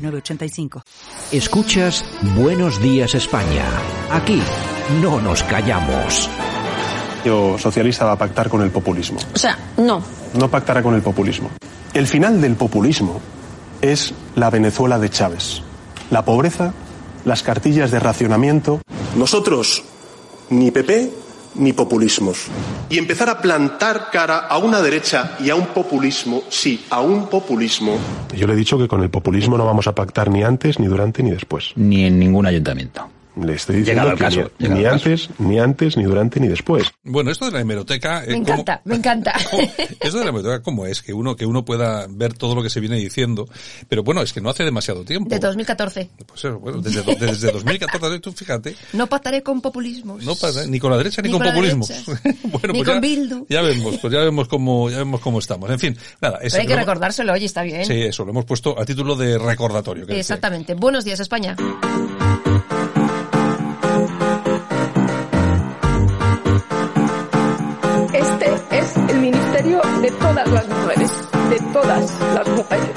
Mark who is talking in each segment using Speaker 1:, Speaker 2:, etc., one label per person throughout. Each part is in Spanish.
Speaker 1: 985.
Speaker 2: Escuchas Buenos Días España. Aquí no nos callamos.
Speaker 3: Yo socialista va a pactar con el populismo.
Speaker 4: O sea, no.
Speaker 3: No pactará con el populismo. El final del populismo es la Venezuela de Chávez. La pobreza, las cartillas de racionamiento.
Speaker 5: Nosotros, ni PP ni populismos.
Speaker 6: Y empezar a plantar cara a una derecha y a un populismo, sí, a un populismo.
Speaker 3: Yo le he dicho que con el populismo no vamos a pactar ni antes, ni durante, ni después.
Speaker 7: Ni en ningún ayuntamiento.
Speaker 3: Le estoy diciendo
Speaker 7: Llegado al caso,
Speaker 3: ni,
Speaker 7: llegado
Speaker 3: ni
Speaker 7: al
Speaker 3: antes, ni antes, ni durante, ni después.
Speaker 8: Bueno, esto de la hemeroteca. eh,
Speaker 4: Me
Speaker 8: ¿cómo-
Speaker 4: encanta, me encanta.
Speaker 8: cómo- esto de la hemeroteca, ¿cómo es? Que uno, que uno pueda ver todo lo que se viene diciendo. Pero bueno, es que no hace demasiado tiempo.
Speaker 4: De 2014.
Speaker 8: Pues eso, bueno, desde, do- desde 2014, tú fíjate,
Speaker 4: No pactaré con populismos.
Speaker 8: no pasa ni con la derecha ni,
Speaker 4: Ni
Speaker 8: con
Speaker 4: con la
Speaker 8: populismo.
Speaker 4: derecha.
Speaker 8: bueno,
Speaker 4: Ni
Speaker 8: pues
Speaker 4: con
Speaker 8: ya,
Speaker 4: Bildu.
Speaker 8: ya vemos, pues ya vemos cómo, ya vemos cómo estamos. En fin, nada, eso,
Speaker 4: Pero hay que
Speaker 8: lo-
Speaker 4: recordárselo, oye, está bien.
Speaker 8: Sí, eso, lo hemos puesto a título de recordatorio. que decía.
Speaker 4: Exactamente. Buenos días, España.
Speaker 9: Este es el ministerio de todas las mujeres, de todas las mujeres.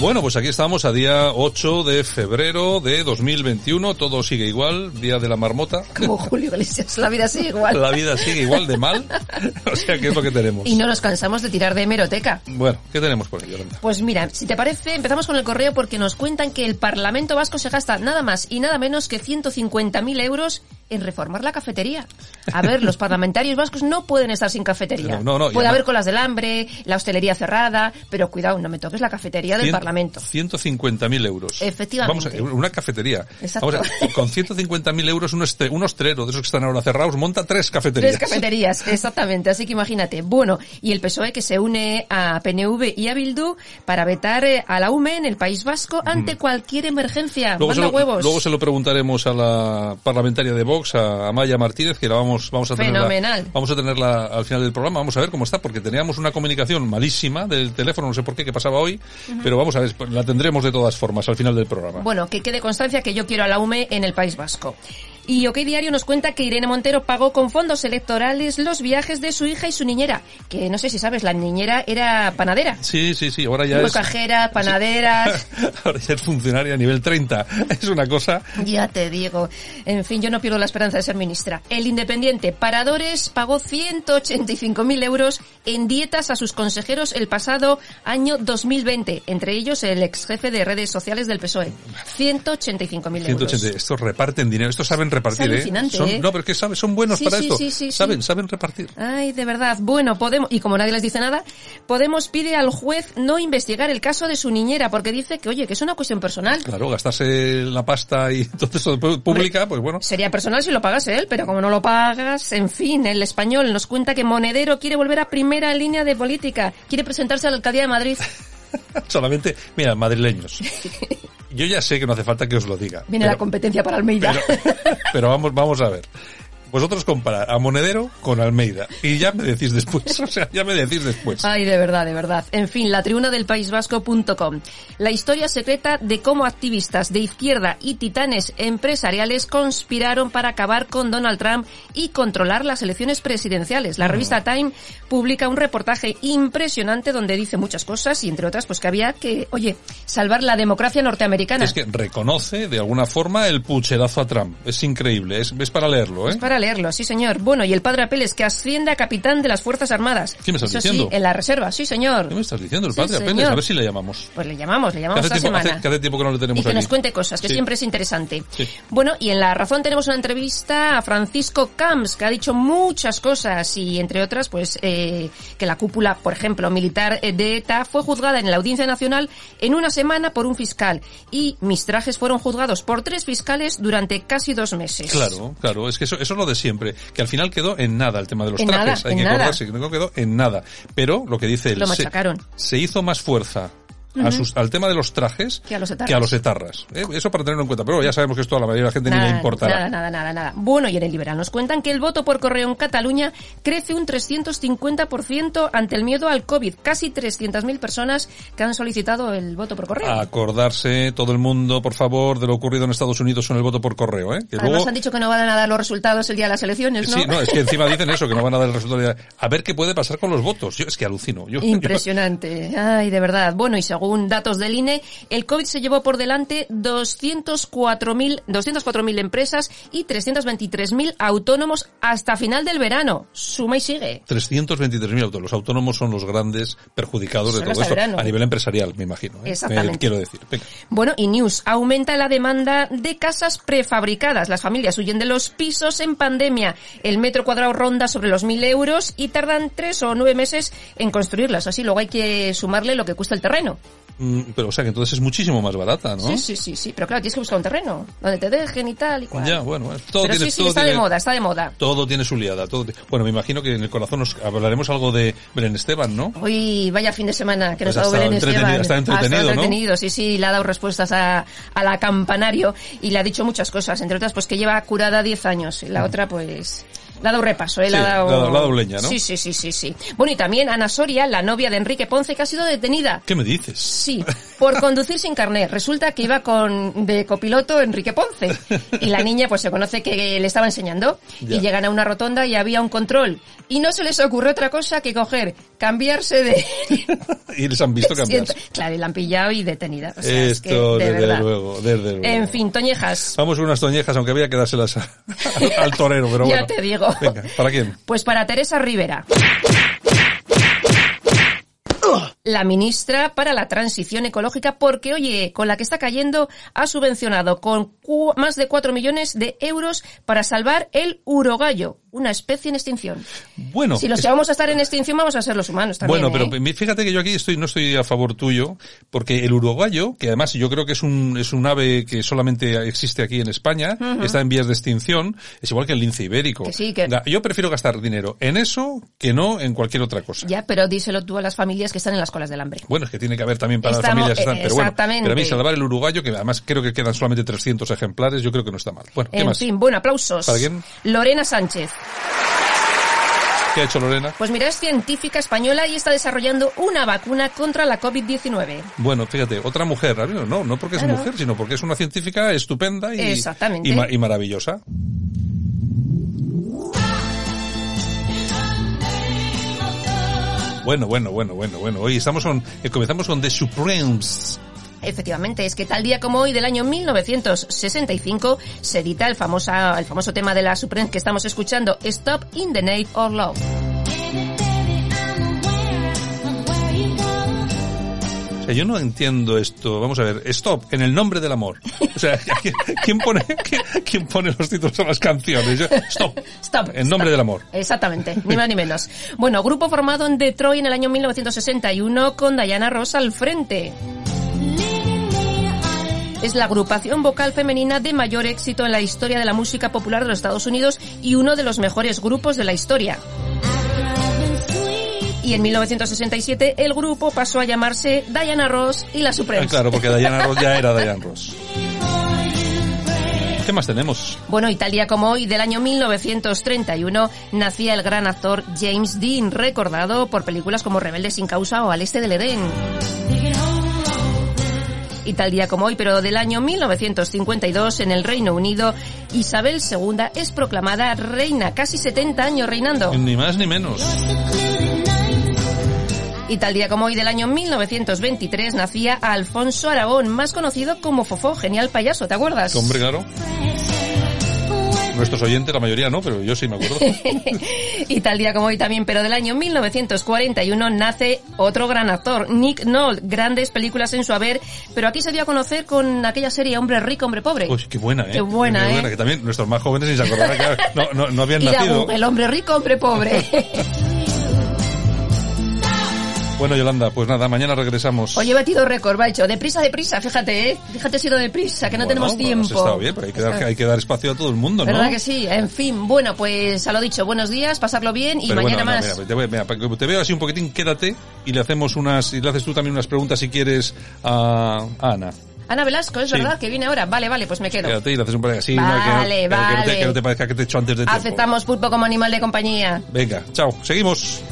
Speaker 8: Bueno, pues aquí estamos a día 8 de febrero de 2021. Todo sigue igual, día de la marmota.
Speaker 4: Como Julio Iglesias, la vida sigue igual.
Speaker 8: La vida sigue igual de mal. O sea, ¿qué es lo que tenemos?
Speaker 4: Y no nos cansamos de tirar de hemeroteca.
Speaker 8: Bueno, ¿qué tenemos por ahí, Yolanda?
Speaker 4: Pues mira, si te parece, empezamos con el correo porque nos cuentan que el Parlamento Vasco se gasta nada más y nada menos que 150.000 euros en reformar la cafetería. A ver, los parlamentarios vascos no pueden estar sin cafetería.
Speaker 8: No, no, no, y
Speaker 4: Puede
Speaker 8: además-
Speaker 4: haber colas del hambre, la hostelería cerrada, pero cuidado, no me toques la cafetería del
Speaker 8: Cien-
Speaker 4: Parlamento.
Speaker 8: 150.000 euros.
Speaker 4: Efectivamente.
Speaker 8: Vamos a, una cafetería.
Speaker 4: Exacto.
Speaker 8: Vamos a- con 150.000 euros, un, este, un ostrero de esos que están ahora cerrados monta tres cafeterías.
Speaker 4: Tres cafeterías, exactamente. Así que imagínate. Bueno, y el PSOE E que se une a PNV y a Bildu para vetar eh, a la UME en el País Vasco ante cualquier emergencia.
Speaker 8: Luego se,
Speaker 4: Manda
Speaker 8: lo,
Speaker 4: huevos.
Speaker 8: luego se lo preguntaremos a la parlamentaria de Vox, a Amaya Martínez, que la vamos, vamos a tenerla,
Speaker 4: Fenomenal.
Speaker 8: vamos a tenerla al final del programa. Vamos a ver cómo está, porque teníamos una comunicación malísima del teléfono, no sé por qué, que pasaba hoy, pero vamos a ver, la tendremos de todas formas al final del programa.
Speaker 4: Bueno, que quede constancia que yo quiero a la UME en el País Vasco. Y OK Diario nos cuenta que Irene Montero pagó con fondos electorales los viajes de su hija y su niñera, que no sé si sabes, la niñera era panadera.
Speaker 8: Sí, sí, sí, ahora ya
Speaker 4: Luego
Speaker 8: es...
Speaker 4: cajera, panadera.
Speaker 8: Ahora ya es funcionaria a nivel 30. Es una cosa...
Speaker 4: Ya te digo. En fin, yo no pierdo la esperanza de ser ministra. El Independiente Paradores pagó 185.000 euros en dietas a sus consejeros el pasado año 2020, entre ellos el ex jefe de redes sociales del PSOE. 185.000 euros.
Speaker 8: 180. Estos reparten dinero. Estos saben repartir,
Speaker 4: Es
Speaker 8: ¿eh?
Speaker 4: alucinante,
Speaker 8: Son-
Speaker 4: ¿eh?
Speaker 8: No, pero es que saben, son buenos
Speaker 4: Sí,
Speaker 8: para
Speaker 4: sí,
Speaker 8: esto.
Speaker 4: sí, sí, sí.
Speaker 8: saben, saben repartir.
Speaker 4: Ay, de verdad. Bueno, Podemos, y como nadie les dice nada, Podemos pide al juez no investigar el caso de su niñera porque dice que, oye, que es una cuestión personal.
Speaker 8: Claro, gastarse la pasta y todo eso de pu- pública, pues bueno.
Speaker 4: Sería personal si lo pagase él, pero como no lo pagas, en fin, el español nos cuenta que Monedero quiere volver a primera línea de política, quiere presentarse a la alcaldía de Madrid.
Speaker 8: Solamente, mira, madrileños. Yo ya sé que no hace falta que os lo diga.
Speaker 4: Viene
Speaker 8: pero-
Speaker 4: la competencia para Almeida.
Speaker 8: Pero, pero vamos, vamos a ver. Vosotros comparad a Monedero con Almeida. Y ya me decís después. O sea, ya me decís después.
Speaker 4: Ay, de verdad, de verdad. En fin, la tribuna del paisvasco.com. La historia secreta de cómo activistas de izquierda y titanes empresariales conspiraron para acabar con Donald Trump y controlar las elecciones presidenciales. La revista Time publica un reportaje impresionante donde dice muchas cosas y entre otras pues que había que, oye, salvar la democracia norteamericana.
Speaker 8: Es que reconoce de alguna forma el pucherazo a Trump. Es increíble. Es, es para leerlo, ¿eh?
Speaker 4: para leerlo, sí señor. Bueno, y el padre Apeles, que asciende a capitán de las Fuerzas Armadas.
Speaker 8: ¿Qué me estás
Speaker 4: Eso
Speaker 8: diciendo?
Speaker 4: Sí, en la reserva, sí señor.
Speaker 8: ¿Qué me estás diciendo? El
Speaker 4: Sí,
Speaker 8: padre Apeles,
Speaker 4: señor.
Speaker 8: a ver si le llamamos.
Speaker 4: Pues le llamamos, le
Speaker 8: Que
Speaker 4: llamamos
Speaker 8: hace,
Speaker 4: esta
Speaker 8: tiempo, hace-
Speaker 4: semana.
Speaker 8: que hace tiempo que no le tenemos
Speaker 4: Y que
Speaker 8: aquí.
Speaker 4: nos cuente cosas, que
Speaker 8: Sí.
Speaker 4: siempre es interesante.
Speaker 8: Sí.
Speaker 4: Bueno, y en la razón tenemos una entrevista a Francisco Camps, que ha dicho muchas cosas y, entre otras, pues eh, que la cúpula, por ejemplo, militar eh, de ETA fue juzgada en la Audiencia Nacional en una semana por un fiscal y mis trajes fueron juzgados por tres fiscales durante casi dos meses.
Speaker 8: Claro, claro, es que eso, eso es lo de siempre, que al final quedó en nada el tema de los
Speaker 4: En nada,
Speaker 8: trajes, hay
Speaker 4: en
Speaker 8: que
Speaker 4: nada.
Speaker 8: acordarse que no quedó en nada, pero lo que dice él,
Speaker 4: Lo
Speaker 8: se-
Speaker 4: machacaron.
Speaker 8: Se, hizo más fuerza a sus- al tema de los trajes
Speaker 4: Que a los etarras.
Speaker 8: etarras. Eh, eso para tenerlo en cuenta, pero ya sabemos que esto a la mayoría de la gente ni le importará.
Speaker 4: Nada, nada, nada, nada. Bueno, y en el Liberal nos cuentan que el voto por correo en Cataluña crece un 350% ante el miedo al COVID. Casi 300.000 personas que han solicitado el voto por correo.
Speaker 8: A acordarse todo el mundo, por favor, de lo ocurrido en Estados Unidos con el voto por correo, ¿eh? Que
Speaker 4: Además
Speaker 8: luego-
Speaker 4: han dicho que no van a dar los resultados el día de las elecciones, ¿no?
Speaker 8: Sí, no, es que encima dicen eso, que no van a dar el resultado. de- A ver qué puede pasar con los votos. Yo es que alucino. Yo, yo-
Speaker 4: Impresionante. Ay, de verdad. Bueno, y según datos del INE, el COVID se llevó por delante 204.000 204.000 empresas y 323.000 autónomos hasta final del verano. Suma y sigue.
Speaker 8: 323.000 autónomos. Los autónomos son los grandes perjudicados
Speaker 4: Son
Speaker 8: de
Speaker 4: los
Speaker 8: todo esto.
Speaker 4: tabernos.
Speaker 8: A nivel empresarial, me imagino. ¿eh?
Speaker 4: Exactamente.
Speaker 8: Me- quiero decir. Venga.
Speaker 4: Bueno, y News, aumenta la demanda de casas prefabricadas. Las familias huyen de los pisos en pandemia. El metro cuadrado ronda sobre los mil euros y tardan tres o nueve meses en construirlas. Así luego hay que sumarle lo que cuesta el terreno.
Speaker 8: Mm, Pero, o sea, que entonces es muchísimo más barata, ¿no?
Speaker 4: Sí, sí, sí, sí. Pero claro, tienes que buscar un terreno donde te dejen y tal y cual.
Speaker 8: Ya, bueno, es- todo
Speaker 4: Pero
Speaker 8: tiene,
Speaker 4: sí, sí,
Speaker 8: todo
Speaker 4: está de
Speaker 8: tiene-
Speaker 4: moda, está de moda.
Speaker 8: Todo tiene su liada. Todo ti- Bueno, me imagino que en el corazón nos hablaremos algo de Belén Esteban, ¿no?
Speaker 4: Uy, vaya fin de semana que nos
Speaker 8: Pues
Speaker 4: ha
Speaker 8: ha
Speaker 4: dado
Speaker 8: estado
Speaker 4: Belén
Speaker 8: entretenido-
Speaker 4: Esteban.
Speaker 8: ha estado entretenido,
Speaker 4: Ha estado
Speaker 8: ¿no?
Speaker 4: entretenido, sí, sí, le ha dado respuestas a, a la campanario y le ha dicho muchas cosas, entre otras, pues que lleva curada 10 años. Y la otra, pues, le ha dado repaso, ¿eh? le
Speaker 8: Sí,
Speaker 4: ha dado...
Speaker 8: le ha dado- le ha dado leña, ¿no?
Speaker 4: Sí, sí, sí, sí, sí. Bueno, y también Ana Soria, la novia de Enrique Ponce, que ha sido detenida.
Speaker 8: ¿Qué me dices?
Speaker 4: Sí, por conducir sin carnet. Resulta que iba con de copiloto Enrique Ponce y la niña pues se conoce que le estaba enseñando
Speaker 8: Ya.
Speaker 4: y llegan a una rotonda y había un control y no se les ocurrió otra cosa que coger, cambiarse de
Speaker 8: Y les han visto cambiar.
Speaker 4: Siento- Claro, y la han pillado y detenida. O sea, es que,
Speaker 8: Esto,
Speaker 4: de
Speaker 8: desde
Speaker 4: verdad.
Speaker 8: luego, desde luego.
Speaker 4: En fin, Toñejas.
Speaker 8: Vamos con unas toñejas, aunque había que dárselas a- al torero, pero
Speaker 4: ya
Speaker 8: bueno.
Speaker 4: te digo.
Speaker 8: Venga, ¿para quién?
Speaker 4: Pues para Teresa Rivera. La ministra para la transición ecológica, porque oye, con la que está cayendo, ha subvencionado con cu- más de 4 millones de euros para salvar el urogallo, una especie en extinción.
Speaker 8: Bueno.
Speaker 4: si los
Speaker 8: es-
Speaker 4: llevamos a estar en extinción, vamos a ser los humanos también.
Speaker 8: bueno,
Speaker 4: ¿eh?
Speaker 8: pero mi- fíjate que yo aquí estoy, no estoy a favor tuyo, porque el uruguayo, que además yo creo que es un, es un ave que solamente existe aquí en España, está en vías de extinción, es igual que el lince ibérico.
Speaker 4: Que sí, que-
Speaker 8: Da- Yo prefiero gastar dinero en eso que no en cualquier otra cosa.
Speaker 4: Ya, pero díselo tú a las familias que están en las colas del hambre.
Speaker 8: Bueno, es que tiene que haber también para
Speaker 4: Estamos-
Speaker 8: las
Speaker 4: eh,
Speaker 8: familias. Están, pero bueno,
Speaker 4: exactamente.
Speaker 8: pero a mí salvar el uruguayo, que además creo que quedan solamente 300 ejemplares, yo creo que no está mal. Bueno, ¿qué
Speaker 4: En
Speaker 8: más?
Speaker 4: fin, bueno, aplausos.
Speaker 8: ¿Para quién?
Speaker 4: Lorena Sánchez.
Speaker 8: ¿Qué ha hecho Lorena?
Speaker 4: Pues mira, es científica española y está desarrollando una vacuna contra la COVID-19.
Speaker 8: Bueno, fíjate, otra mujer, ¿ha visto? no, no porque es
Speaker 4: Claro.
Speaker 8: mujer, sino porque es una científica estupenda y,
Speaker 4: Exactamente.
Speaker 8: y ma- y maravillosa. Bueno, bueno, bueno, bueno, bueno. Hoy estamos con, eh, comenzamos con The Supremes.
Speaker 4: Efectivamente, es que tal día como hoy del año 1965 se edita el, famosa, el famoso tema de la Supreme que estamos escuchando, Stop in the Name of Love.
Speaker 8: O sea, yo no entiendo esto. Vamos a ver, stop, en el nombre del amor. O sea, ¿qui- ¿quién pone, quién pone los títulos a las canciones? Yo- Stop,
Speaker 4: Stop.
Speaker 8: en nombre
Speaker 4: stop.
Speaker 8: del amor.
Speaker 4: Exactamente, ni más ni menos. Bueno, grupo formado en Detroit en el año 1961 con Diana Ross al frente. Es la agrupación vocal femenina de mayor éxito en la historia de la música popular de los Estados Unidos y uno de los mejores grupos de la historia. Y en 1967 el grupo pasó a llamarse Diana Ross y la
Speaker 8: Ah,
Speaker 4: Supremes.
Speaker 8: claro, porque Diana Ross ya era Diana Ross. ¿Qué más tenemos?
Speaker 4: Bueno, y tal día como hoy, del año 1931, nacía el gran actor James Dean, recordado por películas como Rebeldes sin causa o Al este del Edén. Y tal día como hoy, pero del año 1952, en el Reino Unido, Isabel II es proclamada reina, casi 70 años reinando.
Speaker 8: Ni más ni menos.
Speaker 4: Y tal día como hoy, del año 1923, nacía Alfonso Aragón, más conocido como Fofó, genial payaso, ¿te acuerdas?
Speaker 8: Hombre, claro. nuestros oyentes, la mayoría no, pero yo sí me acuerdo.
Speaker 4: y tal día como hoy también, pero del año 1941 nace otro gran actor, Nick Nolte. Grandes películas en su haber, pero aquí se dio a conocer con aquella serie Hombre rico, hombre pobre.
Speaker 8: Uy, qué buena, ¿eh?
Speaker 4: Qué buena,
Speaker 8: Qué
Speaker 4: ¿eh?
Speaker 8: Que también nuestros más jóvenes ni se acordaban que no, no, no habían
Speaker 4: Ir a
Speaker 8: nacido.
Speaker 4: Google, hombre rico, hombre pobre.
Speaker 8: Bueno, Yolanda, pues nada, mañana regresamos.
Speaker 4: Oye, he batido récord, Bacho. Deprisa, deprisa, fíjate, ¿eh? Fíjate si lo deprisa, que no
Speaker 8: Bueno,
Speaker 4: tenemos
Speaker 8: pues
Speaker 4: tiempo.
Speaker 8: Está bien, pero hay que, dar, hay que dar espacio a todo el mundo, ¿no?
Speaker 4: ¿Verdad que sí? En fin, bueno, pues a lo dicho, buenos días, pasarlo bien y
Speaker 8: Pero
Speaker 4: mañana
Speaker 8: bueno, no,
Speaker 4: más.
Speaker 8: mira, pues. te, voy- mira, para que te veo así un poquitín, quédate y le hacemos unas, y le haces tú también unas preguntas si quieres a, a Ana.
Speaker 4: Ana Velasco, es
Speaker 8: Sí.
Speaker 4: verdad que viene ahora. Vale, vale, pues me quedo.
Speaker 8: Quédate y le haces un par de así,
Speaker 4: Vale,
Speaker 8: una que, no, pero que no te,
Speaker 4: vale.
Speaker 8: que no te parezca que te he hecho antes de tiempo.
Speaker 4: Aceptamos pulpo como animal de compañía.
Speaker 8: Venga, chao, seguimos.